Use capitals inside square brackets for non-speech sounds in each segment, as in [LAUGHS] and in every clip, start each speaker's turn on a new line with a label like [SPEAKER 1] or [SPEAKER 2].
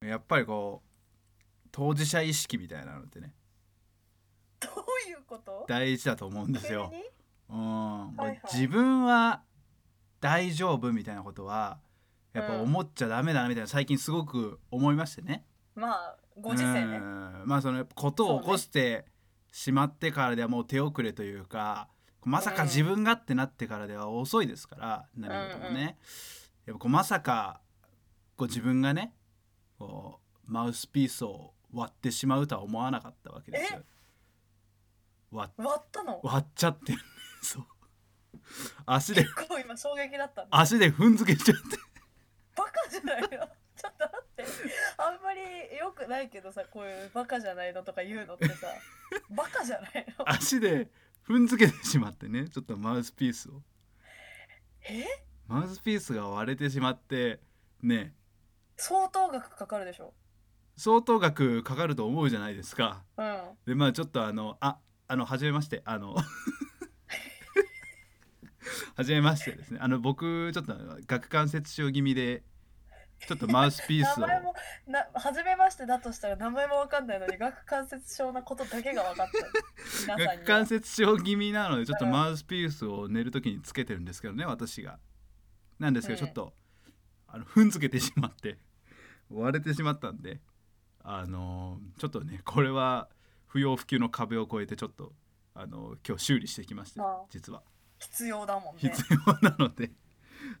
[SPEAKER 1] やっぱりこう当事者意識みたいなのってね
[SPEAKER 2] どういうこと
[SPEAKER 1] 大事だと思うんですよ
[SPEAKER 2] 急。に
[SPEAKER 1] うん、
[SPEAKER 2] はいはい
[SPEAKER 1] 自分は大丈夫みたいなことはやっぱ
[SPEAKER 2] うん
[SPEAKER 1] 思っちゃダメだなみたいな最近すごく思いましてね。
[SPEAKER 2] まあご時世ね
[SPEAKER 1] うんまあそのことを起こしてしまってからではもう手遅れというかまさか自分がってなってからでは遅いですから何事もね。やっぱこうまさかこう自分がねこうマウスピースを割ってしまうとは思わなかったわけですよ。割っ
[SPEAKER 2] 割っ
[SPEAKER 1] [LAUGHS]
[SPEAKER 2] たの
[SPEAKER 1] 割っちゃってるねそう足で
[SPEAKER 2] 結構今衝撃だったんだ
[SPEAKER 1] 足で踏んづけちゃって
[SPEAKER 2] バカじゃないのちょっと待ってあんまりよくないけどさこういうバカじゃないのとか言うのってさバカじゃないの
[SPEAKER 1] 足で踏んづけてしまってねちょっとマウスピースを
[SPEAKER 2] え
[SPEAKER 1] マウスピースが割れてしまってね
[SPEAKER 2] 相当額かかるでしょ
[SPEAKER 1] 相当額かかると思うじゃないですか
[SPEAKER 2] うん
[SPEAKER 1] でまあちょっとあのああの初めましてあの初めましてですねあの僕ちょっと顎関節症気味でちょっとマウスピー
[SPEAKER 2] 名
[SPEAKER 1] スを
[SPEAKER 2] 前もな初めましてだとしたら名前もわかんないのに顎関節症なことだけが分かった皆さん
[SPEAKER 1] 顎
[SPEAKER 2] に
[SPEAKER 1] 関
[SPEAKER 2] は
[SPEAKER 1] 節症気味なのでちょっと
[SPEAKER 2] うん
[SPEAKER 1] マウスピースを寝る時につけてるんですけどね私がなんですけどち
[SPEAKER 2] うん
[SPEAKER 1] ょっと、あの踏んづけてしまって [LAUGHS] 割れてしまったんであのーちょっとねこれは不要不急の壁を越えてちょっとあのー今日修理してきました
[SPEAKER 2] ああ
[SPEAKER 1] 実は
[SPEAKER 2] 必要だもんね
[SPEAKER 1] 必要なので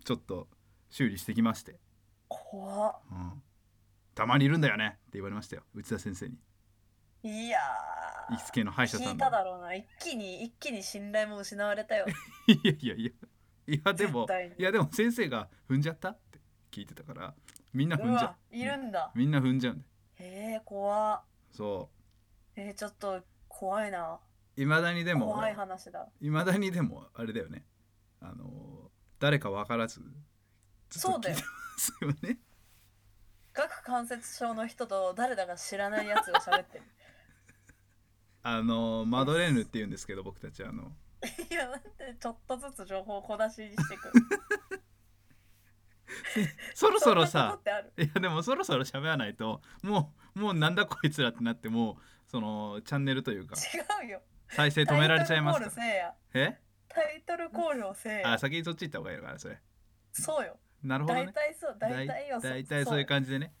[SPEAKER 1] ちょっと修理してきまして、
[SPEAKER 2] 怖っ
[SPEAKER 1] うん、たまにいるんだよねって言われましたよ内田先生に
[SPEAKER 2] いやー
[SPEAKER 1] 行きつけの歯医者さ
[SPEAKER 2] 聞
[SPEAKER 1] ん
[SPEAKER 2] い
[SPEAKER 1] の
[SPEAKER 2] ただろうな一気に一気に信頼も失われたよ
[SPEAKER 1] いやいやいやい [LAUGHS] やでも
[SPEAKER 2] 絶対に
[SPEAKER 1] いやでも先生が踏んじゃったって聞いてたからみんな
[SPEAKER 2] う
[SPEAKER 1] 踏んじゃ
[SPEAKER 2] わいるんだ
[SPEAKER 1] うみんな踏んじゃうんだよ
[SPEAKER 2] へえ怖っ
[SPEAKER 1] そ
[SPEAKER 2] えー、ちょっと怖いな
[SPEAKER 1] ういまだにでも
[SPEAKER 2] 怖い話だ
[SPEAKER 1] いまだにでもあれだよねあの誰か分からずずっと
[SPEAKER 2] そうだ
[SPEAKER 1] 聞い
[SPEAKER 2] よ
[SPEAKER 1] てますよね [LAUGHS]
[SPEAKER 2] 顎関節症の人と誰だか知らないやつが喋
[SPEAKER 1] [LAUGHS]
[SPEAKER 2] ってる
[SPEAKER 1] あのマドレーヌって言うんですけど僕たちあの
[SPEAKER 2] いやなんでちょっとずつ情報を小出しにしてく
[SPEAKER 1] [LAUGHS] そろそろ
[SPEAKER 2] んなこ
[SPEAKER 1] さ
[SPEAKER 2] とってある
[SPEAKER 1] いやでもそろそろ喋らないともうもうなんだこいつらってなってもうそのチャンネルというか
[SPEAKER 2] 違うよ
[SPEAKER 1] 再生止められちゃいます
[SPEAKER 2] タ
[SPEAKER 1] か
[SPEAKER 2] イトルコー
[SPEAKER 1] ら
[SPEAKER 2] ルせえや
[SPEAKER 1] え
[SPEAKER 2] タイトルコールをせえ
[SPEAKER 1] あ
[SPEAKER 2] や
[SPEAKER 1] 先にそっち行った方がいいのかなそれ
[SPEAKER 2] そうよ
[SPEAKER 1] なるほど
[SPEAKER 2] 大
[SPEAKER 1] ね
[SPEAKER 2] 体そう大体よ
[SPEAKER 1] 大体そういう感じでね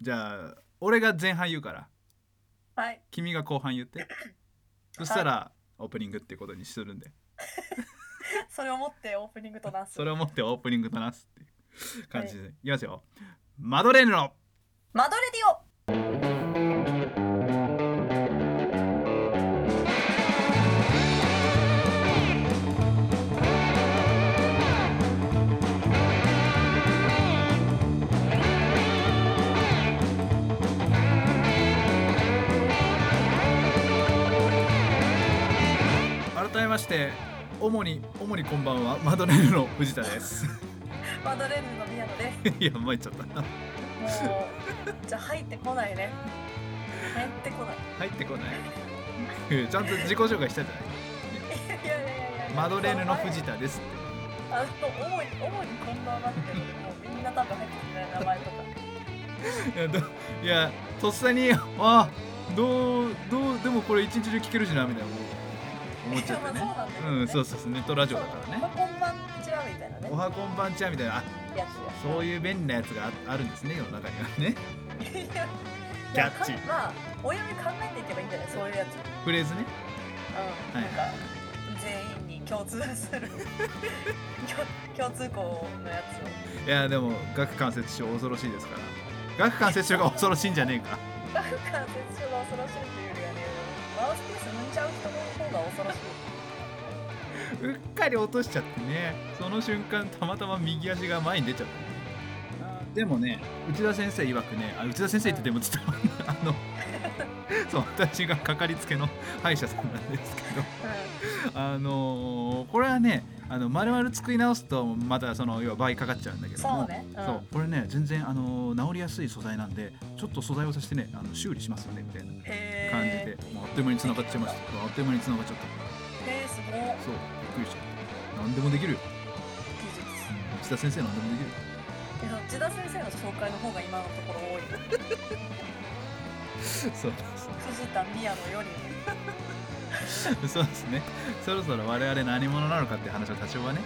[SPEAKER 1] じゃあ俺が前半言うから
[SPEAKER 2] じはい
[SPEAKER 1] 君が後半言ってそしたらオープニングってことにするんで
[SPEAKER 2] それを持ってオープニングとなす
[SPEAKER 1] それを持ってオープニングとなすっていう感じでいきますよマドレーヌの
[SPEAKER 2] マドレディオ
[SPEAKER 1] 改めまして主に主にこんばんはマドレーヌの藤田です [LAUGHS]
[SPEAKER 2] マドレーヌの宮野です
[SPEAKER 1] いや参っちゃった
[SPEAKER 2] もうじゃあ入ってこないね入って
[SPEAKER 1] [LAUGHS]
[SPEAKER 2] こな
[SPEAKER 1] 入
[SPEAKER 2] い
[SPEAKER 1] ってこない [LAUGHS] うんちゃんと自己紹介したじゃない
[SPEAKER 2] いやいやいやいや
[SPEAKER 1] マドレーヌの藤田ですって
[SPEAKER 2] あの主に主にこんばんはっていうのでもうみんな多分入ってきてない名前とか
[SPEAKER 1] いやどいやとっさにあどうどうでもこれ一日中聞けるしなみたいな思っちゃってね
[SPEAKER 2] いやまあそうなんだけどね
[SPEAKER 1] うんそうそうそうネットラジオだから
[SPEAKER 2] まあ
[SPEAKER 1] ね
[SPEAKER 2] こんばんちはみたいなね
[SPEAKER 1] おはこんばんちはみたいなあ
[SPEAKER 2] やつ
[SPEAKER 1] そういう便利なやつがああるんですね世の中にはね
[SPEAKER 2] ういや
[SPEAKER 1] キャッチ
[SPEAKER 2] いやかまあお読み考えていけばいいんじゃないそういうやつう
[SPEAKER 1] フレーズね
[SPEAKER 2] ん、なんか全員に共通する [LAUGHS] 共共通項のやつを
[SPEAKER 1] いやでも顎関節症恐ろしいですから顎関節症が恐ろしいんじゃねえか
[SPEAKER 2] バフ感染症が恐ろしいっていうよりはねマウスピース踏んじゃう人の方が恐ろしいう
[SPEAKER 1] っかり落としちゃってねその瞬間たまたま右足が前に出ちゃったでもね内田先生曰くねあ内田先生ってでも伝わんないあ
[SPEAKER 2] [LAUGHS]
[SPEAKER 1] のそう私がかかりつけの歯医者さんなんですけど
[SPEAKER 2] う
[SPEAKER 1] あのーこれはねあの丸々作り直すとまたその要は倍かかっちゃうんだけ
[SPEAKER 2] ん、
[SPEAKER 1] ども
[SPEAKER 2] そうね、うん、
[SPEAKER 1] そうこれね全然あのー治りやすい素材なんでちょっと素材をさしてねあの修理しますのでみたいな
[SPEAKER 2] へー
[SPEAKER 1] 感じで、もうあっという間に繋がっちゃいましたあっという間に繋がっちゃった
[SPEAKER 2] へーすごい
[SPEAKER 1] そうびっくりしちゃった何でもできるよ
[SPEAKER 2] 技術
[SPEAKER 1] 内田先生何でもできる
[SPEAKER 2] えけど千田先生の紹介の方が今のところ多い
[SPEAKER 1] そう [LAUGHS] です
[SPEAKER 2] 藤田宮野より
[SPEAKER 1] そうですねそろそろ我々何者なのかって話を多少はね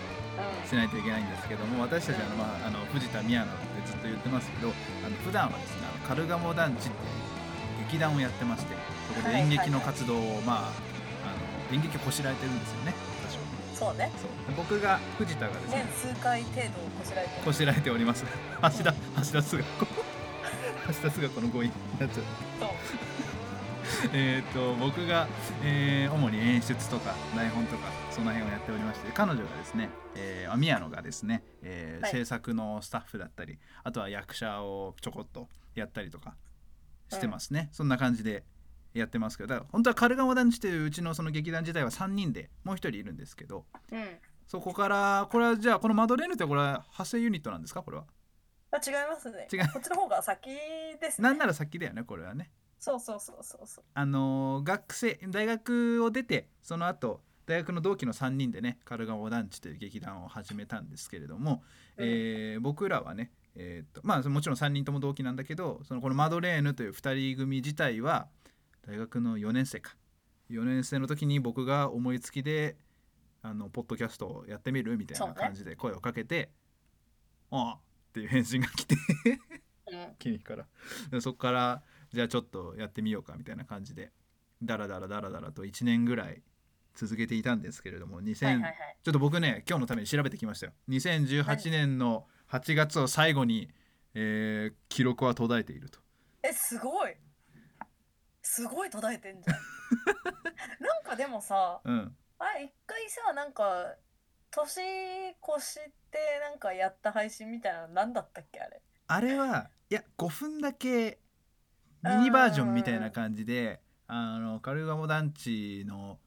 [SPEAKER 1] し
[SPEAKER 2] う
[SPEAKER 1] ないといけないんですけども私たちは、まあ、あの藤田宮野ってずっと言ってますけどあの普段はですねあのカルガモ団地っていう劇団をやってましてそこで演劇の活動を、まああの演劇をこしらえてるんですよね私は
[SPEAKER 2] んそうね
[SPEAKER 1] そうで僕が藤田がです
[SPEAKER 2] 年
[SPEAKER 1] ね
[SPEAKER 2] 数回程度こしらえて
[SPEAKER 1] こ
[SPEAKER 2] る
[SPEAKER 1] しらえております橋田橋田壽賀子橋田壽賀子の語彙になっちゃう
[SPEAKER 2] そう
[SPEAKER 1] えー、と僕が、えー主に演出とか台本とかその辺をやっておりまして彼女がですね、えー、宮野がですね、えー
[SPEAKER 2] はい
[SPEAKER 1] 制作のスタッフだったりあとは役者をちょこっとやったりとかしてますね、そんな感じでやってますけどだから本当はカルガモ団地といううちのその劇団自体は3人でもう1人いるんですけど
[SPEAKER 2] うん
[SPEAKER 1] そこからこれはじゃあこのマドレーヌってこれは派生ユニットなんですかこれは
[SPEAKER 2] あ違いますね
[SPEAKER 1] 違う
[SPEAKER 2] こっちの方が先ですね
[SPEAKER 1] なんなら先だよねこれはね
[SPEAKER 2] そうそうそうそうそう
[SPEAKER 1] あのー学生大学を出てその後大学の同期の3人でねカルガモ団地という劇団を始めたんですけれども、
[SPEAKER 2] うん
[SPEAKER 1] えー僕らはね、えーっとまあ、もちろん3人とも同期なんだけどそのこのマドレーヌという2人組自体は大学の4年生か4年生の時に僕が思いつきであのポッドキャストをやってみるみたい
[SPEAKER 2] そう
[SPEAKER 1] な
[SPEAKER 2] ね
[SPEAKER 1] 感じで声をかけて「ああ」っていう返信が来て
[SPEAKER 2] うん
[SPEAKER 1] キニからでそこからじゃあちょっとやってみようかみたいな感じでダラダラダラダラと1年ぐらい続けていたんですけれども2000、
[SPEAKER 2] はいはいはい
[SPEAKER 1] ちょっと僕ね今日のために調べてきましたよ2018年の8月を最後に、えー記録は途絶えていると
[SPEAKER 2] えすごいすごい途絶えて
[SPEAKER 1] [LAUGHS]
[SPEAKER 2] んじゃんなんかでもさ
[SPEAKER 1] うん
[SPEAKER 2] あれ一回さなんか年越してなんかやった配信みたいなの何だったっけあれ
[SPEAKER 1] あれはいや5分だけミニバージョンみたいな感じであのカルガモ団地の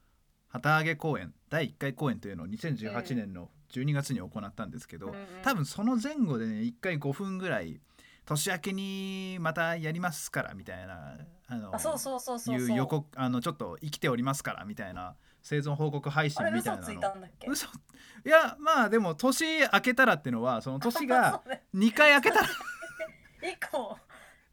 [SPEAKER 1] 旗揚げ公演第1回公演というのを2018年の12月に行ったんですけど、
[SPEAKER 2] うんうん
[SPEAKER 1] 多分その前後でね1回5分ぐらい年明けにまたやりますからみたいなあの
[SPEAKER 2] あそうそうそうそうそう
[SPEAKER 1] いう予告あのちょっと生きておりますからみたいな生存報告配信
[SPEAKER 2] あれ
[SPEAKER 1] みた
[SPEAKER 2] 嘘
[SPEAKER 1] いな
[SPEAKER 2] つい
[SPEAKER 1] の
[SPEAKER 2] たんだっけ
[SPEAKER 1] 嘘いやまあでも年明けたらってのはその年が
[SPEAKER 2] [LAUGHS] そうね
[SPEAKER 1] 2回明けたら
[SPEAKER 2] 以降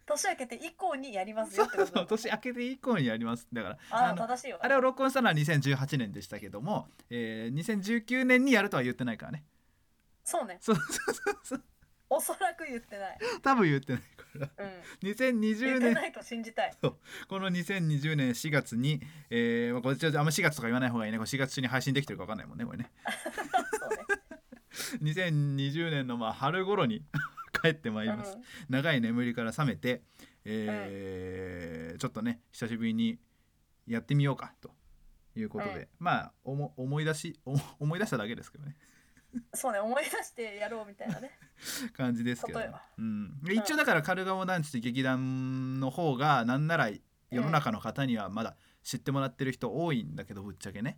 [SPEAKER 2] 年明けて以降にやります
[SPEAKER 1] そ
[SPEAKER 2] よ
[SPEAKER 1] う
[SPEAKER 2] っ
[SPEAKER 1] そ
[SPEAKER 2] てこ
[SPEAKER 1] うそう
[SPEAKER 2] と
[SPEAKER 1] 年明けて以降にやりますだから
[SPEAKER 2] あ
[SPEAKER 1] あ
[SPEAKER 2] あ
[SPEAKER 1] の
[SPEAKER 2] 正しいわ
[SPEAKER 1] あれを録音したのは2018年でしたけども、えー2019年にやるとは言ってないからね
[SPEAKER 2] そうね
[SPEAKER 1] そうそうそうそう
[SPEAKER 2] おそらく言ってない
[SPEAKER 1] 多分言ってないから
[SPEAKER 2] うん言
[SPEAKER 1] 2020
[SPEAKER 2] って
[SPEAKER 1] 年
[SPEAKER 2] ないと信じたい
[SPEAKER 1] この2020年4月に、えーまあこれちょっとあんま4月とか言わない方がいいねこれ4月中に配信できてるか分かんないもんねこれね
[SPEAKER 2] そうね
[SPEAKER 1] 2020年のまあ春頃に [LAUGHS] 帰ってまいります、
[SPEAKER 2] うん
[SPEAKER 1] 長い眠りから覚めて、えーちょっとね久しぶりにやってみようかということで、
[SPEAKER 2] うん
[SPEAKER 1] まあおも思い出しおも思い出しただけですけどね
[SPEAKER 2] そうね思い出してやろうみたい
[SPEAKER 1] [LAUGHS]
[SPEAKER 2] なね
[SPEAKER 1] 感じですけど、
[SPEAKER 2] 例えば
[SPEAKER 1] うん、で一応だからカルガモ団地って劇団の方がなんなら世の中の方にはまだ知ってもらってる人多いんだけどぶっちゃけね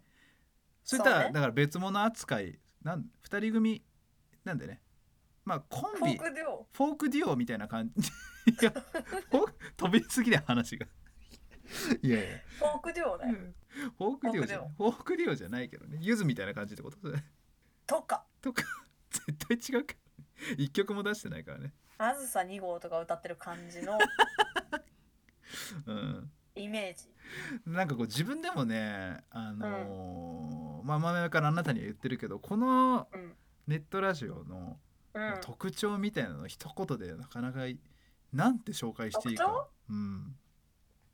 [SPEAKER 1] そういった
[SPEAKER 2] そう
[SPEAKER 1] ら
[SPEAKER 2] ね
[SPEAKER 1] だから別物扱いなん2人組なんでねまあコンビ
[SPEAKER 2] フォークデュオ
[SPEAKER 1] フォークデュオみたいな感じい
[SPEAKER 2] [LAUGHS]
[SPEAKER 1] やフォーク飛びすぎだよ話がいやいや
[SPEAKER 2] フォークデュオだよ
[SPEAKER 1] フォークデュオじゃないフォークデュオじゃないけどねゆずみたいな感じってことだね
[SPEAKER 2] とか
[SPEAKER 1] とか絶対違うけど一曲も出してないからね
[SPEAKER 2] あずさ2号とか歌ってる感じの
[SPEAKER 1] うん
[SPEAKER 2] イメージ
[SPEAKER 1] なんかこう自分でもねあのーまあ前々からあなたには言ってるけどこの
[SPEAKER 2] うん
[SPEAKER 1] ネットラジオの
[SPEAKER 2] うん
[SPEAKER 1] 特徴みたいなの一言でなかなかいなんて紹介していいか
[SPEAKER 2] 特、
[SPEAKER 1] うん、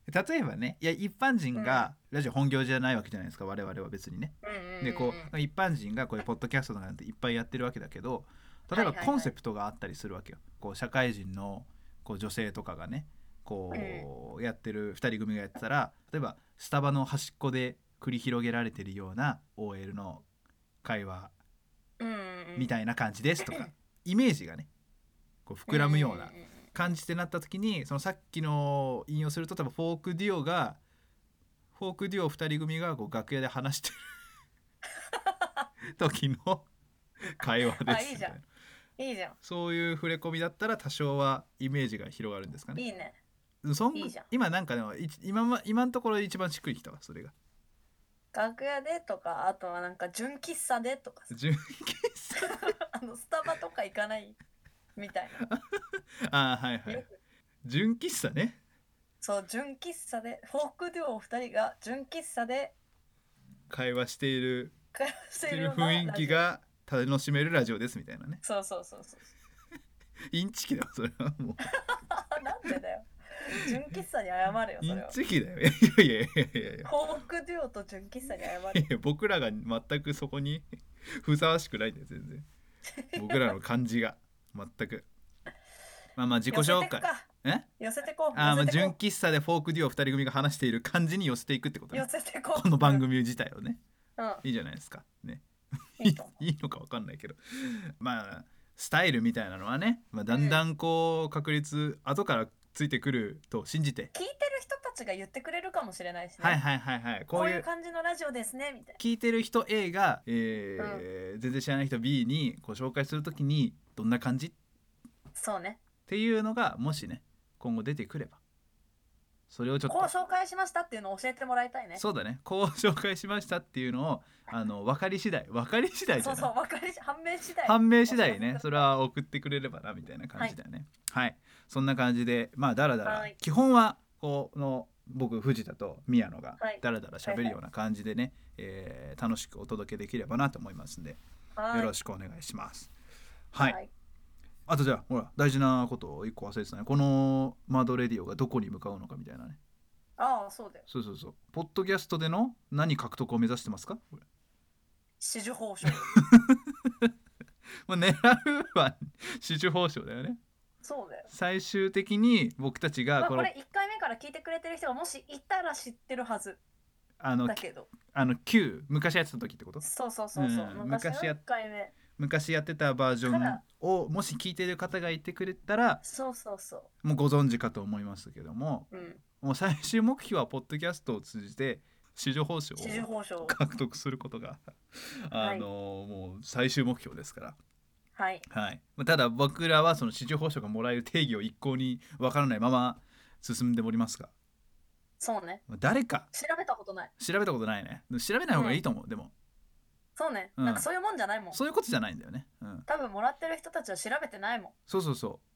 [SPEAKER 1] 例えばねいや一般人がラジオ本業じゃないわけじゃないですか我々は別にね。
[SPEAKER 2] うん
[SPEAKER 1] でこ
[SPEAKER 2] んん
[SPEAKER 1] う一般人がこういうポッドキャストなんていっぱいやってるわけだけど例えば
[SPEAKER 2] はいはいはい
[SPEAKER 1] コンセプトがあったりするわけよ。こう社会人のこう女性とかがねこうやってる2人組がやってたら例えばスタバの端っこで繰り広げられてるような OL の会話
[SPEAKER 2] うんうんうん
[SPEAKER 1] みたいな感じですとかイメージがねこう膨らむようなん
[SPEAKER 2] んんん
[SPEAKER 1] 感じってなった時にそのさっきの引用すると多分フォークデュオがフォークデュオ2人組がこう楽屋で話してる [LAUGHS] 時の会話で
[SPEAKER 2] あ
[SPEAKER 1] す
[SPEAKER 2] いい
[SPEAKER 1] み
[SPEAKER 2] じ
[SPEAKER 1] た
[SPEAKER 2] ゃ
[SPEAKER 1] い
[SPEAKER 2] ん
[SPEAKER 1] な
[SPEAKER 2] うんいいじゃん
[SPEAKER 1] そういう触れ込みだったら多少はイメージが広がるんですかね
[SPEAKER 2] いいね
[SPEAKER 1] そん
[SPEAKER 2] いいじゃん
[SPEAKER 1] 今なんかでもい今ま今のところ一番しっくりきたわそれが
[SPEAKER 2] 楽屋でとかあとはなんか純喫茶でとかさ [LAUGHS]
[SPEAKER 1] 純喫茶
[SPEAKER 2] あのスタバとか行かないみたいな
[SPEAKER 1] あ
[SPEAKER 2] [LAUGHS]
[SPEAKER 1] ーはいは
[SPEAKER 2] よ
[SPEAKER 1] い
[SPEAKER 2] く
[SPEAKER 1] 純喫茶ね
[SPEAKER 2] そう純喫茶でフォークデュオ2人が純喫茶で
[SPEAKER 1] 会話している
[SPEAKER 2] 会話し
[SPEAKER 1] してて
[SPEAKER 2] いる
[SPEAKER 1] る
[SPEAKER 2] ような
[SPEAKER 1] 雰囲気が楽しめるラジオですみたいなね
[SPEAKER 2] そうそうそうそう
[SPEAKER 1] インチキだよそれはもう
[SPEAKER 2] あなんでだよ純喫茶に謝るよ
[SPEAKER 1] イ
[SPEAKER 2] そ
[SPEAKER 1] ン
[SPEAKER 2] れは
[SPEAKER 1] チキだよい [LAUGHS] やいやいやいやいや
[SPEAKER 2] フォークデュオと純喫茶に謝
[SPEAKER 1] い
[SPEAKER 2] る
[SPEAKER 1] や僕らが全くそこに [LAUGHS] ふさわしくないんだよ全然僕らの感じが全くまあまあ [LAUGHS] 自己紹介え
[SPEAKER 2] 寄せてこ
[SPEAKER 1] あ
[SPEAKER 2] う
[SPEAKER 1] ーまあ
[SPEAKER 2] 寄せて
[SPEAKER 1] 純
[SPEAKER 2] こ
[SPEAKER 1] 喫茶でフォークデュオ2人組が話している感じに寄せていくってこと
[SPEAKER 2] う
[SPEAKER 1] ね
[SPEAKER 2] 寄せてこう
[SPEAKER 1] この番組自体をね
[SPEAKER 2] うん
[SPEAKER 1] いいじゃないですかね
[SPEAKER 2] いいと思
[SPEAKER 1] いいのかわかんないけどまあスタイルみたいなのはね、まあ、だんだんこう確率後からついてくると信じて、
[SPEAKER 2] う聞いてる人たちが言ってくれるかもしれないしね、
[SPEAKER 1] はいはいはいはい
[SPEAKER 2] こ
[SPEAKER 1] こ
[SPEAKER 2] う
[SPEAKER 1] う
[SPEAKER 2] い
[SPEAKER 1] いうう
[SPEAKER 2] 感じのラジオですねみたい
[SPEAKER 1] 聞いてる人 A が、えー全然知らない人 B にご紹介するときにどんな感じっ
[SPEAKER 2] なそうね
[SPEAKER 1] ていうのがもしね今後出てくればそれをちょっ
[SPEAKER 2] こう
[SPEAKER 1] と
[SPEAKER 2] 紹介しましたっていうのを教えてもらいたいね
[SPEAKER 1] そうだねこう紹介しましたっていうのをあの分かり次第分かり次第じ
[SPEAKER 2] そ
[SPEAKER 1] ゃ
[SPEAKER 2] う
[SPEAKER 1] ない
[SPEAKER 2] そう分かり [LAUGHS] 判明次第
[SPEAKER 1] 判明次第ねそれは送ってくれればなみたいな感じだよねはい、そんな感じでまあだらだら、
[SPEAKER 2] はい
[SPEAKER 1] 基本はこの僕藤田と宮野が
[SPEAKER 2] はい
[SPEAKER 1] だらだら喋るような感じでね、えー楽しくお届けできればなと思いますんで
[SPEAKER 2] はい
[SPEAKER 1] よろしくお願いしますはい、
[SPEAKER 2] はい
[SPEAKER 1] あとじゃあほら大事なことを一個忘れてたねこのマドレディオがどこに向かうのかみたいなね
[SPEAKER 2] ああそうだよ
[SPEAKER 1] そうそうそうポッドキャストでの何獲得を目指してますかこれ
[SPEAKER 2] 紫綬褒章
[SPEAKER 1] まあ狙うは支柱報酬だよね
[SPEAKER 2] そ
[SPEAKER 1] [LAUGHS]
[SPEAKER 2] うだよ
[SPEAKER 1] 最終的に僕たちが
[SPEAKER 2] まあ、
[SPEAKER 1] こ
[SPEAKER 2] こ
[SPEAKER 1] の
[SPEAKER 2] れ1回目から聞いてくれてる人がもしいたら知ってるはず
[SPEAKER 1] あの
[SPEAKER 2] だけど
[SPEAKER 1] あの旧昔やってた時ってこと
[SPEAKER 2] そうそうそうそう、
[SPEAKER 1] うん
[SPEAKER 2] 昔の
[SPEAKER 1] 昔や
[SPEAKER 2] 1回目
[SPEAKER 1] 昔やってたバージョ
[SPEAKER 2] か
[SPEAKER 1] ン
[SPEAKER 2] ら
[SPEAKER 1] をもし聞いてる方がいてくれたら
[SPEAKER 2] そうそうそ
[SPEAKER 1] もうご存知かと思いますけども
[SPEAKER 2] ううん
[SPEAKER 1] もう最終目標はポッドキャストを通じて市場報酬
[SPEAKER 2] 紫綬
[SPEAKER 1] を
[SPEAKER 2] 褒
[SPEAKER 1] [LAUGHS]
[SPEAKER 2] 章
[SPEAKER 1] 獲得することが [LAUGHS] あの、もう最終目標ですから、
[SPEAKER 2] はい
[SPEAKER 1] はい、まあただ僕らはその市場報酬がもらえる定義を一向にわからないまま進んでおりますが
[SPEAKER 2] そうね
[SPEAKER 1] まあ誰か
[SPEAKER 2] 調べたことない
[SPEAKER 1] 調べたことないね調べない方がいいと思う、でも
[SPEAKER 2] そうね、
[SPEAKER 1] うん
[SPEAKER 2] なんかそういうもんじゃないもん
[SPEAKER 1] そういうことじゃないんだよね、うん、
[SPEAKER 2] 多分もらってる人たちは調べてないもん
[SPEAKER 1] そうそうそう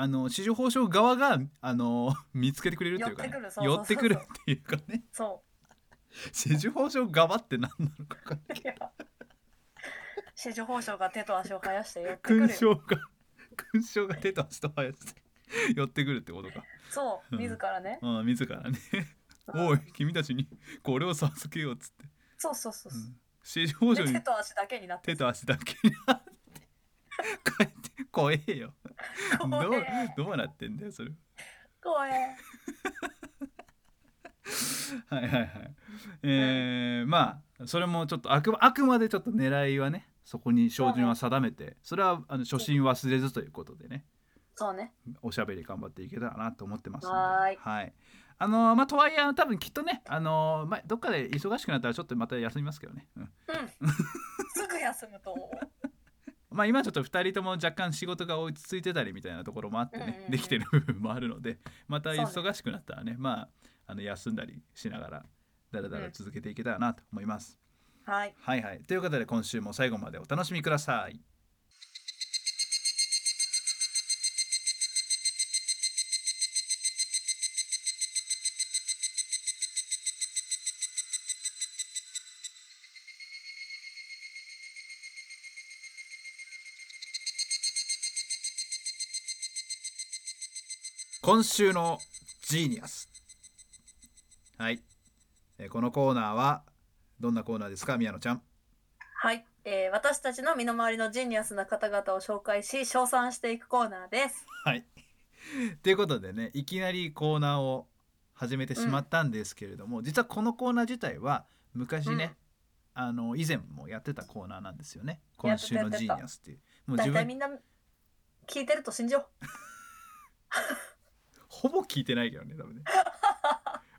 [SPEAKER 1] あの市場報酬側があの [LAUGHS] 見つけてくれるっていうか、ね、
[SPEAKER 2] 寄ってくるそうそうそう
[SPEAKER 1] 寄ってくるっていうか [LAUGHS] ね
[SPEAKER 2] そ
[SPEAKER 1] 市場報酬側って何なのか分か [LAUGHS] んないう
[SPEAKER 2] いや紫綬褒章が手と足を生やして寄ってくる
[SPEAKER 1] 勲
[SPEAKER 2] よ
[SPEAKER 1] 章が勲章が出た人はやって寄ってくるってことか、
[SPEAKER 2] そう
[SPEAKER 1] うん
[SPEAKER 2] 自らね、
[SPEAKER 1] うん、自らねおい君たちにこれを授けようっつって、
[SPEAKER 2] そうそうそう
[SPEAKER 1] う
[SPEAKER 2] そ
[SPEAKER 1] ん、市場報
[SPEAKER 2] う
[SPEAKER 1] 酬
[SPEAKER 2] で手
[SPEAKER 1] に
[SPEAKER 2] と足だけになって
[SPEAKER 1] 手と足だけになって帰って怖えよど
[SPEAKER 2] 怖
[SPEAKER 1] う
[SPEAKER 2] え
[SPEAKER 1] どうなってんだよそれ
[SPEAKER 2] 怖え
[SPEAKER 1] はいはいはい。えーまあそれもちょっとあくまあくまでちょっと狙いはねそこに照準は定めてそれはあの初心忘れずということでね
[SPEAKER 2] そうね
[SPEAKER 1] おしゃべり頑張っていけたらなと思ってますので
[SPEAKER 2] はーい
[SPEAKER 1] あのまあとはいえあの多分きっとねあの、まあ、どっかで忙しくなったらちょっとまた休みますけどね、うん、
[SPEAKER 2] うんすぐ休むと思う
[SPEAKER 1] まあ今ちょっと2人とも若干仕事が落ち着いてたりみたいなところもあってね、
[SPEAKER 2] うんうんうん
[SPEAKER 1] できてる部分もあるので [LAUGHS] また
[SPEAKER 2] そうね
[SPEAKER 1] 忙しくなったらねまああの休んだりしながらだらだら続けていけたらなと思います。
[SPEAKER 2] はい
[SPEAKER 1] はいはい。ということで今週も最後までお楽しみください。今週のジーニアス。はい。えーこのコーナーはどんなコーナーですか宮野ちゃん
[SPEAKER 2] はい、えー、私たちの身の回りのジーニアスな方々を紹介し称賛していくコーナーです
[SPEAKER 1] はいということでねいきなりコーナーを始めてしまったんですけれども、実はこのコーナー自体は昔ね、あの以前もやってたコーナーなんですよね「今週のジーニアス」っていうもう
[SPEAKER 2] だ
[SPEAKER 1] 自
[SPEAKER 2] いたいみ
[SPEAKER 1] 分
[SPEAKER 2] んな聞いてると信じよう
[SPEAKER 1] ほぼ聞いてないけどね多分
[SPEAKER 2] [LAUGHS]
[SPEAKER 1] ね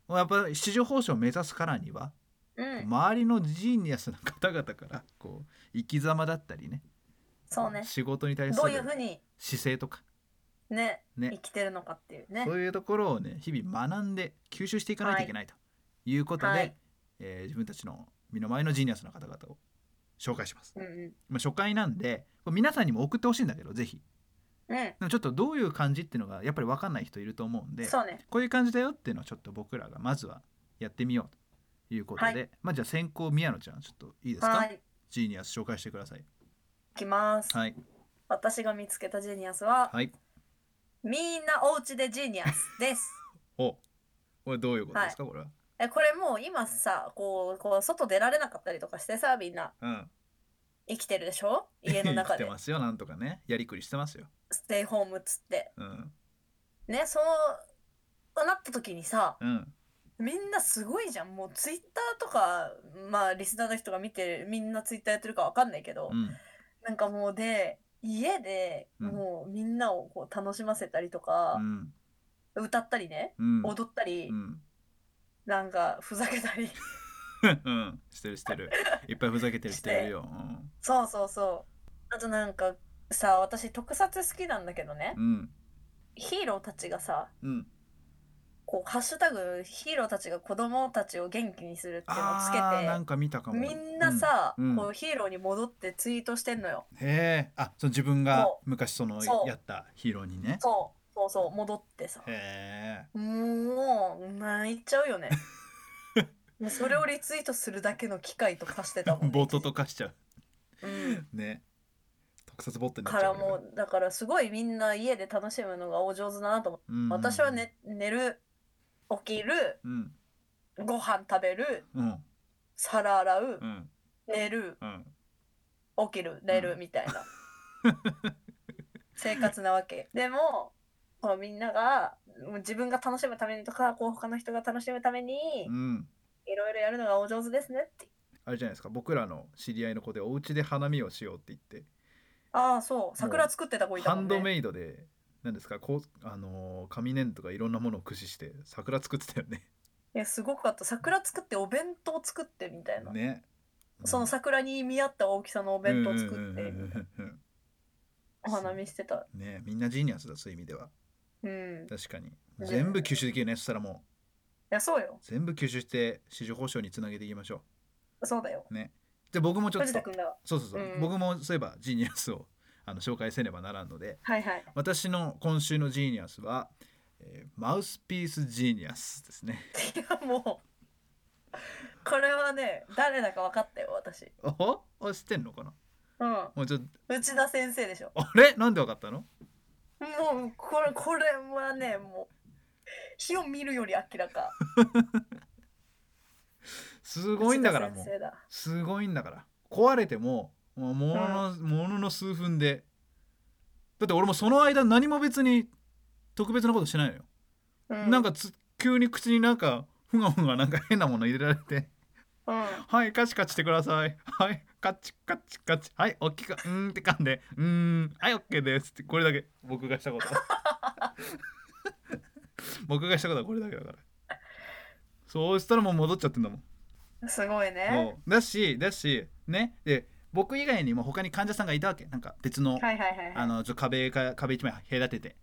[SPEAKER 1] もうやっぱ市場報酬を目指すからには、
[SPEAKER 2] うん
[SPEAKER 1] 周りのジーニアスな方々からこう生き様だったりね
[SPEAKER 2] そうね
[SPEAKER 1] 仕事に対す
[SPEAKER 2] どう
[SPEAKER 1] る
[SPEAKER 2] いうふうに
[SPEAKER 1] 姿勢とか
[SPEAKER 2] ね
[SPEAKER 1] ね
[SPEAKER 2] 生きてるのかっていうね
[SPEAKER 1] そういうところをね日々学んで吸収していかないといけないということで、
[SPEAKER 2] はい
[SPEAKER 1] えー自分たちの身の前のジーニアスの方々を紹介します。
[SPEAKER 2] うんうん
[SPEAKER 1] まあ、初回なんでこれ皆さんにも送ってほしいんだけどぜひ
[SPEAKER 2] うん
[SPEAKER 1] でもちょっとどういう感じっていうのがやっぱり分かんない人いると思うんで
[SPEAKER 2] そうね
[SPEAKER 1] こういう感じだよっていうのをちょっと僕らがまずはやってみようということで、
[SPEAKER 2] は
[SPEAKER 1] まあじゃあ先行宮野ちゃんちょっといいですか、
[SPEAKER 2] はいい
[SPEAKER 1] ジーニアス紹介してください
[SPEAKER 2] きます、
[SPEAKER 1] はい
[SPEAKER 2] 私が見つけたジーニアスは、
[SPEAKER 1] はい
[SPEAKER 2] みんなお家でジーニアスです
[SPEAKER 1] おこれどういうことですか、これは
[SPEAKER 2] えこれもう今さこうこう外出られなかったりとかしてさみんな
[SPEAKER 1] うん
[SPEAKER 2] 生きてるでしょ家の中
[SPEAKER 1] [LAUGHS] 生き
[SPEAKER 2] で
[SPEAKER 1] てますよなんとかねやりくりしてますよ
[SPEAKER 2] ステイホームっつって
[SPEAKER 1] うん
[SPEAKER 2] ねそうなった時にさ
[SPEAKER 1] うん
[SPEAKER 2] みんなすごいじゃんもうツイッターとかまあリスナーの人が見てるみんなツイッターやってるかわかんないけど、
[SPEAKER 1] うん
[SPEAKER 2] なんかもうで家で
[SPEAKER 1] うん
[SPEAKER 2] もうみんなをこう楽しませたりと
[SPEAKER 1] う
[SPEAKER 2] か、
[SPEAKER 1] ん
[SPEAKER 2] 歌ったりね
[SPEAKER 1] うん
[SPEAKER 2] 踊ったり、
[SPEAKER 1] うん
[SPEAKER 2] なんかふざけた
[SPEAKER 1] [LAUGHS]
[SPEAKER 2] り
[SPEAKER 1] うん [LAUGHS] してるしてるいっぱいふざけてる人いるよ、
[SPEAKER 2] そうそうそうあとなんかさ私特撮好きなんだけどね、
[SPEAKER 1] うん、うん
[SPEAKER 2] ヒーローたちがさ
[SPEAKER 1] うん
[SPEAKER 2] こうハッシュタグヒーローたちが子供たちを元気にするっていうのをつけ
[SPEAKER 1] あーなん
[SPEAKER 2] て
[SPEAKER 1] か見たかも
[SPEAKER 2] みんな、さ、
[SPEAKER 1] うんうん
[SPEAKER 2] こうヒーローに戻ってツイートしてんのよ、
[SPEAKER 1] うんへえあその自分が
[SPEAKER 2] そ
[SPEAKER 1] 昔その
[SPEAKER 2] そう
[SPEAKER 1] やったヒーローにね
[SPEAKER 2] そうそうそう戻ってさ
[SPEAKER 1] へえ
[SPEAKER 2] もう泣いちゃ
[SPEAKER 1] [LAUGHS]
[SPEAKER 2] うよねもうそれをリツイートするだけの機会と化してたもん、
[SPEAKER 1] [LAUGHS] ボットとかしちゃう
[SPEAKER 2] うん
[SPEAKER 1] ね特撮ボットになっ
[SPEAKER 2] か
[SPEAKER 1] ちゃ
[SPEAKER 2] ら
[SPEAKER 1] う
[SPEAKER 2] もうだからすごいみんな家で楽しむのがお上手だなと思って、
[SPEAKER 1] う、うん
[SPEAKER 2] 私は寝寝る起きる
[SPEAKER 1] うん
[SPEAKER 2] ご飯食べる
[SPEAKER 1] うん
[SPEAKER 2] 皿洗う、
[SPEAKER 1] うん
[SPEAKER 2] 寝る
[SPEAKER 1] うん
[SPEAKER 2] 起きる寝る
[SPEAKER 1] うん
[SPEAKER 2] みたいな生活なわ [LAUGHS] けでもこうみんながもう自分が楽しむためにとかこう他の人が楽しむために
[SPEAKER 1] うん
[SPEAKER 2] いろいろやるのがお上手ですねって
[SPEAKER 1] あれじゃないですか僕らの知り合いの子でお家で花見をしようって言って
[SPEAKER 2] ああそう桜作ってた子いた
[SPEAKER 1] ハ
[SPEAKER 2] もん
[SPEAKER 1] ン
[SPEAKER 2] ね
[SPEAKER 1] ドメイドで何ですかこうあのー紙粘土とかいろんなものを駆使して桜作ってたよね。
[SPEAKER 2] いやすごかった桜作ってお弁当作ってみたいな、
[SPEAKER 1] ね。
[SPEAKER 2] その桜に見合った大きさのお
[SPEAKER 1] お
[SPEAKER 2] 弁当作ってお花見してた
[SPEAKER 1] ねみんなジーニアスだそういう意味では
[SPEAKER 2] うんい
[SPEAKER 1] 確かに
[SPEAKER 2] うん
[SPEAKER 1] 全部吸収できるねそしたらも
[SPEAKER 2] やそうよ
[SPEAKER 1] う全部吸収して市場保障につなげていきましょ
[SPEAKER 2] そうだよ
[SPEAKER 1] うねじゃあ僕もちょっと
[SPEAKER 2] 藤田
[SPEAKER 1] そう
[SPEAKER 2] 君だわ
[SPEAKER 1] そうそう、
[SPEAKER 2] うん
[SPEAKER 1] 僕もそういえばジーニアスをあの紹介せねばならんので
[SPEAKER 2] はい [LAUGHS] はい
[SPEAKER 1] 私の今週のジーニアスは、えーマウスピースジーニアスですね
[SPEAKER 2] いやもうこれはね誰だか分かったよ私
[SPEAKER 1] おほお知ってんのかな
[SPEAKER 2] うん
[SPEAKER 1] もうちょっと
[SPEAKER 2] 内田先生でしょ
[SPEAKER 1] あれなんでわかったの
[SPEAKER 2] もうこれこれはねもう火を見るより明らか
[SPEAKER 1] す
[SPEAKER 2] す
[SPEAKER 1] ごいんだからもう
[SPEAKER 2] 先生だ
[SPEAKER 1] すごいんだから壊れてももうもの,、ものの数分でだって俺もその間何も別に特別なことしてないのよ、
[SPEAKER 2] うん
[SPEAKER 1] なんかつ急に口になんかふがふがなんか変なもの入れられて [LAUGHS]
[SPEAKER 2] うん
[SPEAKER 1] 「はいカチカチしてください」「はいカチカチカチ」「はいおっきくうーん」って噛んで「うーんはいオッケーです」ってこれだけ僕が
[SPEAKER 2] [LAUGHS]
[SPEAKER 1] したこと僕がしたことはこれだけだからそうしたらもう戻っちゃってんだもん
[SPEAKER 2] すごいね
[SPEAKER 1] もうだしだしねで僕以外にも他に患者さんがいたわけなんか別の,、
[SPEAKER 2] はいはいはいはい
[SPEAKER 1] あのちょっと壁か壁一枚隔てて、
[SPEAKER 2] うん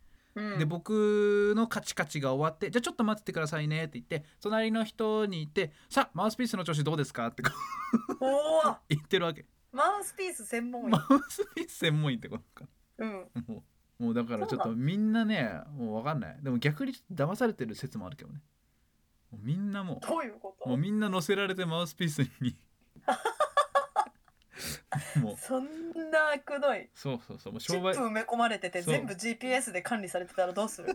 [SPEAKER 1] で僕のカチカチが終わってじゃあちょっと待っててくださいねって言って隣の人に行って「さあマウスピースの調子どうですか?」ってこう [LAUGHS]
[SPEAKER 2] おお
[SPEAKER 1] 言ってるわけ
[SPEAKER 2] マウスピース専門医
[SPEAKER 1] マウスピース専門医ってことか
[SPEAKER 2] うん
[SPEAKER 1] もうもうだからちょっ
[SPEAKER 2] そう
[SPEAKER 1] とみんなねもう分かんないでも逆にちょっと騙されてる説もあるけどねもうみんなもう
[SPEAKER 2] どういうこ
[SPEAKER 1] もう
[SPEAKER 2] と
[SPEAKER 1] みんな乗せられてマウスピース
[SPEAKER 2] [LAUGHS]
[SPEAKER 1] にもう
[SPEAKER 2] そんなくどい
[SPEAKER 1] そうそうそうもう
[SPEAKER 2] チ
[SPEAKER 1] 商
[SPEAKER 2] ッ
[SPEAKER 1] 売
[SPEAKER 2] プ埋め込まれてて
[SPEAKER 1] そう
[SPEAKER 2] 全部 GPS で管理されてたらどうする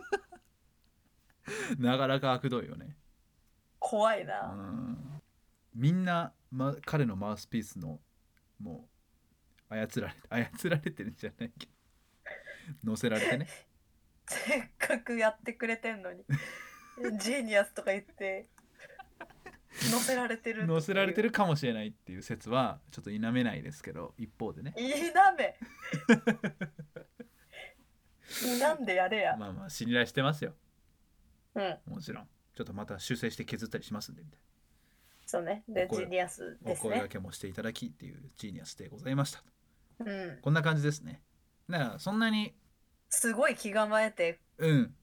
[SPEAKER 1] なかなか悪どいよね
[SPEAKER 2] 怖いうな、
[SPEAKER 1] んみんな、ま、彼のマウスピースのもう操られ [LAUGHS] 操られてるんじゃないけど乗せられて
[SPEAKER 2] [LAUGHS]
[SPEAKER 1] ね
[SPEAKER 2] せっかくやってくれてんのにジーニアスとか言って乗せられてる
[SPEAKER 1] 乗せられて
[SPEAKER 2] る
[SPEAKER 1] るかもしれないっていう説はちょっと否めないですけど一方でね
[SPEAKER 2] いいな [LAUGHS] めいいなんでやれや、
[SPEAKER 1] まあまあ信頼してますよ
[SPEAKER 2] うん
[SPEAKER 1] もちろんちょっとまた修正して削ったりしますんでみたい
[SPEAKER 2] そうねで
[SPEAKER 1] お声
[SPEAKER 2] ジーニアス
[SPEAKER 1] なお
[SPEAKER 2] です
[SPEAKER 1] 声
[SPEAKER 2] ね
[SPEAKER 1] 掛けもしていただきっていうジーニアスでございました
[SPEAKER 2] うん
[SPEAKER 1] こんな感じですねだからそんなに
[SPEAKER 2] すごい気構えて
[SPEAKER 1] うん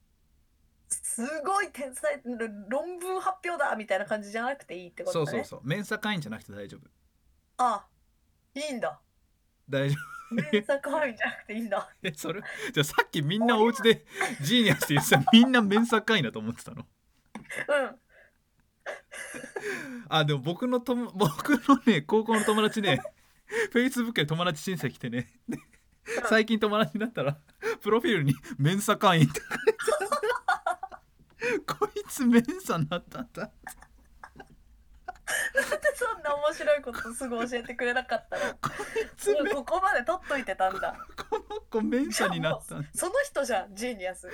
[SPEAKER 2] すごい天才論文発表だみたいな感じじゃなくていいってこと
[SPEAKER 1] そう
[SPEAKER 2] だ
[SPEAKER 1] そう
[SPEAKER 2] ね
[SPEAKER 1] そうメンサ会員じゃなくて大丈夫
[SPEAKER 2] あいいんだ
[SPEAKER 1] 大丈
[SPEAKER 2] 名作範囲じゃなくていい
[SPEAKER 1] [LAUGHS]
[SPEAKER 2] んだ。
[SPEAKER 1] えそれじゃあさっきみんなお家でジーニアスって言ってたみんな面作会員だと思ってたの [LAUGHS]
[SPEAKER 2] うん。 [LAUGHS]
[SPEAKER 1] あでも僕のとも [LAUGHS] 僕のね高校の友達ね [LAUGHS] Facebook で友達申請来てね [LAUGHS] で最近友達になったらプロフィールに「メンサ会員」って書いてある [LAUGHS] こいつメンサになったんだ
[SPEAKER 2] なんでそんな面白いことすぐ教えてくれなかった
[SPEAKER 1] [LAUGHS]
[SPEAKER 2] の
[SPEAKER 1] こいつメン
[SPEAKER 2] ここまで取っといてたんだ。
[SPEAKER 1] この子メンサになったんだ
[SPEAKER 2] [LAUGHS] その人じゃん、ジーニアス。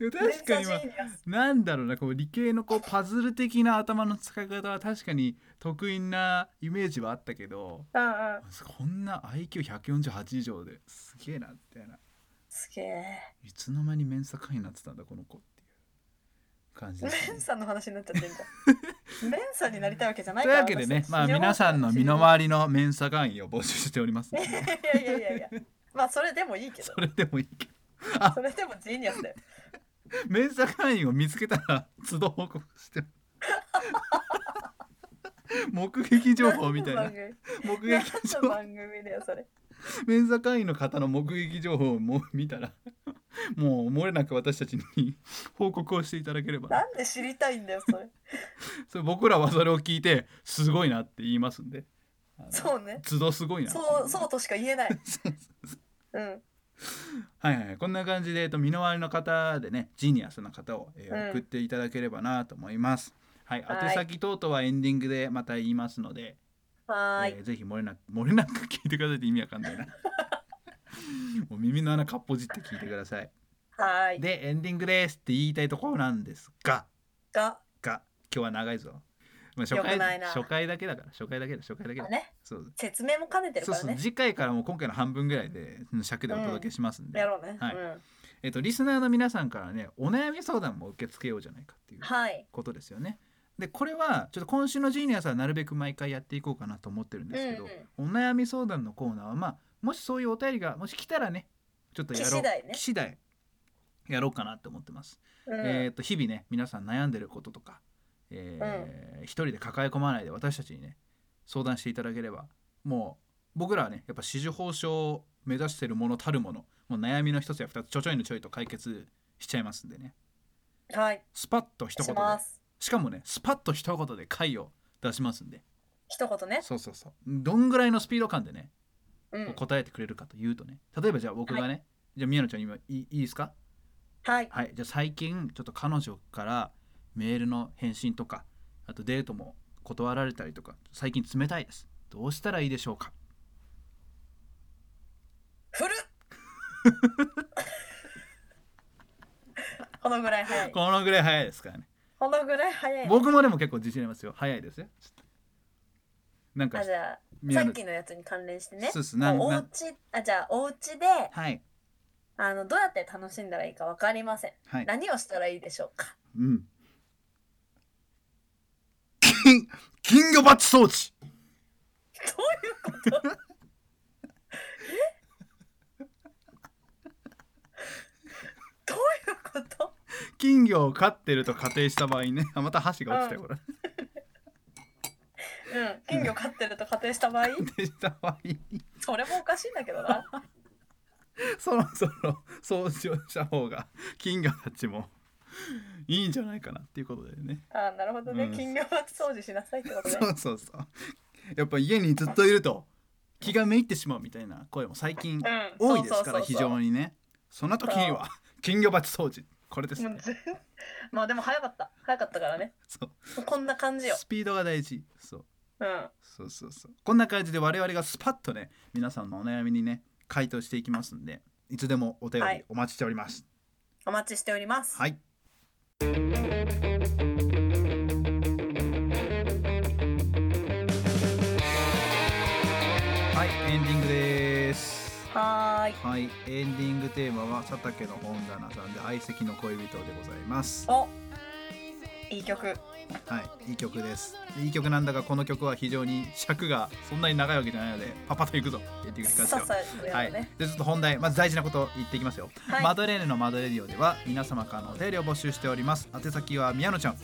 [SPEAKER 1] いや確かに
[SPEAKER 2] ジ
[SPEAKER 1] まあ
[SPEAKER 2] ーニアス。
[SPEAKER 1] なんだろうなこう理系のこうパズル的な頭の使い方は確かに得意なイメージはあったけど
[SPEAKER 2] うんうん。
[SPEAKER 1] こんな IQ148 以上ですげえなみたいな
[SPEAKER 2] すげえ。
[SPEAKER 1] いつの間にメンサ会になってたんだこの子っていう感じ
[SPEAKER 2] メ
[SPEAKER 1] です、ね
[SPEAKER 2] ン。サの話になっちゃってんじゃん。メンサになりたいわけじゃない
[SPEAKER 1] とい
[SPEAKER 2] か
[SPEAKER 1] う
[SPEAKER 2] ら。
[SPEAKER 1] わけでね
[SPEAKER 2] 私、た
[SPEAKER 1] ま
[SPEAKER 2] ち
[SPEAKER 1] あ、皆さんの身の
[SPEAKER 2] い
[SPEAKER 1] 回りのメンサ会員を募集しておりますの
[SPEAKER 2] や
[SPEAKER 1] で、
[SPEAKER 2] いやいやいや。まあそれでもいいけど
[SPEAKER 1] そ。れでもいいけど
[SPEAKER 2] それでもジーニアスだよ。
[SPEAKER 1] メンサ会員を見つけたら都度報告しても [LAUGHS] 目撃情報みたいな [LAUGHS]
[SPEAKER 2] 何の
[SPEAKER 1] 目
[SPEAKER 2] 番組
[SPEAKER 1] 撃情
[SPEAKER 2] 何の
[SPEAKER 1] 報
[SPEAKER 2] 番組だよそれ。
[SPEAKER 1] メンサ会員の方の目撃情報をもう見たらもう漏れなく私たちに報告をしていただければ
[SPEAKER 2] なんで知りたいんだよそれ。
[SPEAKER 1] それ僕らはそれを聞いてすごいなって言いますんであの
[SPEAKER 2] そうね。
[SPEAKER 1] 都度すごいな
[SPEAKER 2] そうそうとしか言えない。
[SPEAKER 1] そう
[SPEAKER 2] うん。
[SPEAKER 1] はいはい、こんな感じで、えっと、身の回りの方でねジニアスな方を、えー
[SPEAKER 2] うん
[SPEAKER 1] 送っていただければなと思います。はい、
[SPEAKER 2] はい
[SPEAKER 1] 宛先等々はエンディングでまた言いますので、
[SPEAKER 2] はーい。
[SPEAKER 1] えーぜひ漏れなく漏れなく聞いてくださいって意味わかんないな。 [LAUGHS] もう耳の穴かっぽじって聞いてください。
[SPEAKER 2] はーい。
[SPEAKER 1] でエンディングですって言いたいところなんですが
[SPEAKER 2] が、
[SPEAKER 1] が今日は長いぞ。まあ、初
[SPEAKER 2] よ
[SPEAKER 1] 回
[SPEAKER 2] くないな
[SPEAKER 1] 初回だけだから初回だけだ初回だけだ
[SPEAKER 2] まあ。ね、
[SPEAKER 1] そう
[SPEAKER 2] 説明も兼ねてる
[SPEAKER 1] そう
[SPEAKER 2] から
[SPEAKER 1] そう
[SPEAKER 2] ね。
[SPEAKER 1] 次回からもう今回の半分ぐらいでうん尺でお届けしますんで。
[SPEAKER 2] やろうね。
[SPEAKER 1] はい
[SPEAKER 2] うん。
[SPEAKER 1] えっと、リスナーの皆さんからねお悩み相談も受け付けようじゃないかっていう
[SPEAKER 2] はい。
[SPEAKER 1] ことですよね。でこれはちょっと今週のジーニアスはなるべく毎回やっていこうかなと思ってるんですけど、
[SPEAKER 2] うん
[SPEAKER 1] お悩み相談のコーナーはまあもしそういうお便りがもし来たらねちょっとやろう
[SPEAKER 2] 来次第ね
[SPEAKER 1] 来次第やろうかなと思ってます。
[SPEAKER 2] うん。
[SPEAKER 1] えっと日々ね皆さん悩んでることとか、えー一人で抱え込まないで私たちにね相談していただければもう僕らはねやっぱ紫綬褒章を目指してるものたるものもう悩みの一つや二つちょちょいのちょいと解決しちゃいますんでね
[SPEAKER 2] はい。
[SPEAKER 1] スパッと一
[SPEAKER 2] し
[SPEAKER 1] 言で
[SPEAKER 2] ます。
[SPEAKER 1] しかもねスパッと一言で解を出しますんで
[SPEAKER 2] 一言ね。
[SPEAKER 1] そうそうそうどんぐらいのスピード感でね
[SPEAKER 2] う。
[SPEAKER 1] こうん答えてくれるかというとね例えばじゃあ僕がね、じゃあ宮野ちゃん今いいいいですか
[SPEAKER 2] はい。
[SPEAKER 1] はい、じゃあ最近ちょっと彼女からメールの返信とかあとデートも断られたりとか最近冷たいですどうしたらいいでしょうか
[SPEAKER 2] 振る [LAUGHS] このぐらい早い。
[SPEAKER 1] このぐらい早いですからね
[SPEAKER 2] このぐらい早い。
[SPEAKER 1] 僕もでも結構自信ありますよ早いですよちょっとなんか
[SPEAKER 2] あじゃあ
[SPEAKER 1] 宮
[SPEAKER 2] さ
[SPEAKER 1] 野
[SPEAKER 2] っきのやつに関連してね。
[SPEAKER 1] そうっすなん
[SPEAKER 2] お
[SPEAKER 1] な
[SPEAKER 2] 家
[SPEAKER 1] ん
[SPEAKER 2] あじゃあお家で
[SPEAKER 1] はい
[SPEAKER 2] あのどうやって楽しんだらいいかわかりません。
[SPEAKER 1] はい
[SPEAKER 2] 何をしたらいいでしょうか。 [LAUGHS]
[SPEAKER 1] うん金金魚鉢装
[SPEAKER 2] [LAUGHS]
[SPEAKER 1] 置
[SPEAKER 2] どういうこと？え？どういうこと？
[SPEAKER 1] 金魚を飼ってると仮定した場合ねあまた箸が落ちたよこれ
[SPEAKER 2] うん。金魚飼ってると仮定した場合、
[SPEAKER 1] 仮定した場合
[SPEAKER 2] それもおかしいんだけどな。
[SPEAKER 1] そろそろ掃除をした方が金魚たちも [LAUGHS] いいんじゃないかなっていうことだよね。
[SPEAKER 2] あなるほどね。
[SPEAKER 1] うん
[SPEAKER 2] 金魚鉢掃除しなさいってことね
[SPEAKER 1] そ。うそうそう。やっぱ家にずっといると気がめいってしまうみたいな声も最近
[SPEAKER 2] うん
[SPEAKER 1] 多いですから
[SPEAKER 2] そうそうそうそう
[SPEAKER 1] 非常にね。そんな時には金魚鉢掃除これです
[SPEAKER 2] も
[SPEAKER 1] ね
[SPEAKER 2] う。全まあでも早かった早かったからね
[SPEAKER 1] そう
[SPEAKER 2] こんな感じよ
[SPEAKER 1] スピードが大事。そう
[SPEAKER 2] うん
[SPEAKER 1] そうそうそう。こんな感じで我々がスパッとね皆さんのお悩みにね回答していきますんでいつでもお便
[SPEAKER 2] は
[SPEAKER 1] り
[SPEAKER 2] い
[SPEAKER 1] お待ちしております。
[SPEAKER 2] お待ちしております
[SPEAKER 1] はい。はい、エンディングです。
[SPEAKER 2] はーい
[SPEAKER 1] はい、エンディングテーマは佐竹の本棚さんで相席の恋人でございます。
[SPEAKER 2] おいい曲
[SPEAKER 1] はい、いい曲です。いい曲なんだが、この曲は非常に尺がそんなに長いわけじゃないので、パパと行くぞ。エンディング聞かせ
[SPEAKER 2] さ
[SPEAKER 1] てよ
[SPEAKER 2] っさと
[SPEAKER 1] はい
[SPEAKER 2] やるね、、
[SPEAKER 1] でちょっと本題まず大事なこと言っていきますよ、
[SPEAKER 2] はい
[SPEAKER 1] マドレーヌのマドレディオでは皆様からのお便りを募集しております宛先は宮野ちゃん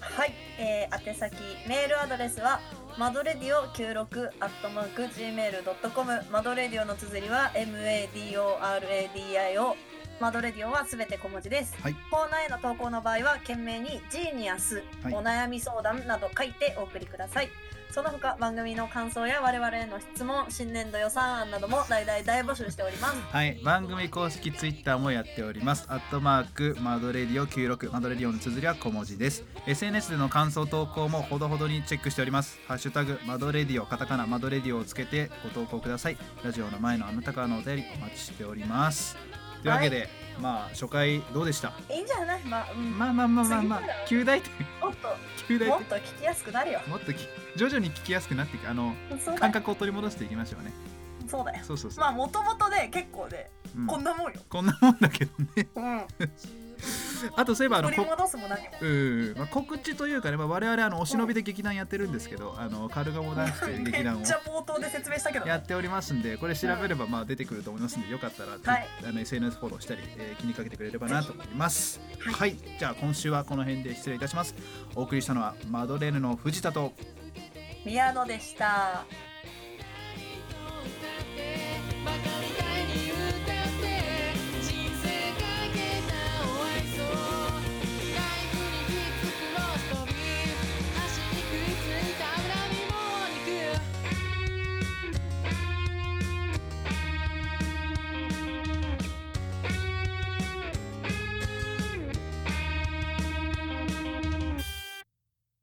[SPEAKER 2] はいえー宛先メールアドレスはマドレディオ96アットマーク Gmail.com マドレディオの綴りは MADORADIO マドレディオはすべて小文字です、
[SPEAKER 1] はい
[SPEAKER 2] コーナーへの投稿の場合は懸命にジーニアス、
[SPEAKER 1] はい
[SPEAKER 2] お悩み相談など書いてお送りくださいその他番組の感想や我々への質問新年度予算案なども大々大募集しております
[SPEAKER 1] はい、番組公式ツイッターもやっております。アットマークマドレディオ96マドレディオの綴りは小文字です。SNS での感想投稿もほどほどにチェックしております。ハッシュタグマドレディオカタカナマドレディオをつけてご投稿ください。ラジオの前のあなたからのお便りお待ちしております。というわけで、まあ初回どうでした？
[SPEAKER 2] いいんじゃないまあ、うん、
[SPEAKER 1] まあまあまあまあまあ
[SPEAKER 2] 次から
[SPEAKER 1] 旧大点
[SPEAKER 2] もっと
[SPEAKER 1] [LAUGHS] 旧大
[SPEAKER 2] もっ
[SPEAKER 1] 点
[SPEAKER 2] と聞きやすくなるよ
[SPEAKER 1] もっとき徐々に聞きやすくなっていくあの
[SPEAKER 2] そうだ
[SPEAKER 1] 感
[SPEAKER 2] よ
[SPEAKER 1] 覚を取り戻していきましょうね。
[SPEAKER 2] そうだよ
[SPEAKER 1] そうそうそう。
[SPEAKER 2] まあもともとで結構で、
[SPEAKER 1] うん
[SPEAKER 2] こんなもんよ
[SPEAKER 1] こんなもんだけどね。
[SPEAKER 2] うん
[SPEAKER 1] あとそういえばあの
[SPEAKER 2] 取り
[SPEAKER 1] こ
[SPEAKER 2] 戻すも何も
[SPEAKER 1] うんうんまあ、告知というかね、まあ、我々あのお忍びで劇団やってるんですけど、あのカルガモダンスという
[SPEAKER 2] め
[SPEAKER 1] 劇団を
[SPEAKER 2] っちゃ冒頭で説明したけど
[SPEAKER 1] やっておりますんでこれ調べればまあ出てくると思いますんでよかったら、
[SPEAKER 2] はい
[SPEAKER 1] あの SNS フォローしたり、えー気にかけてくれればなと思いますはい、じゃあ今週はこの辺で失礼いたしますお送りしたのはマドレーヌの藤田と
[SPEAKER 2] 宮野でした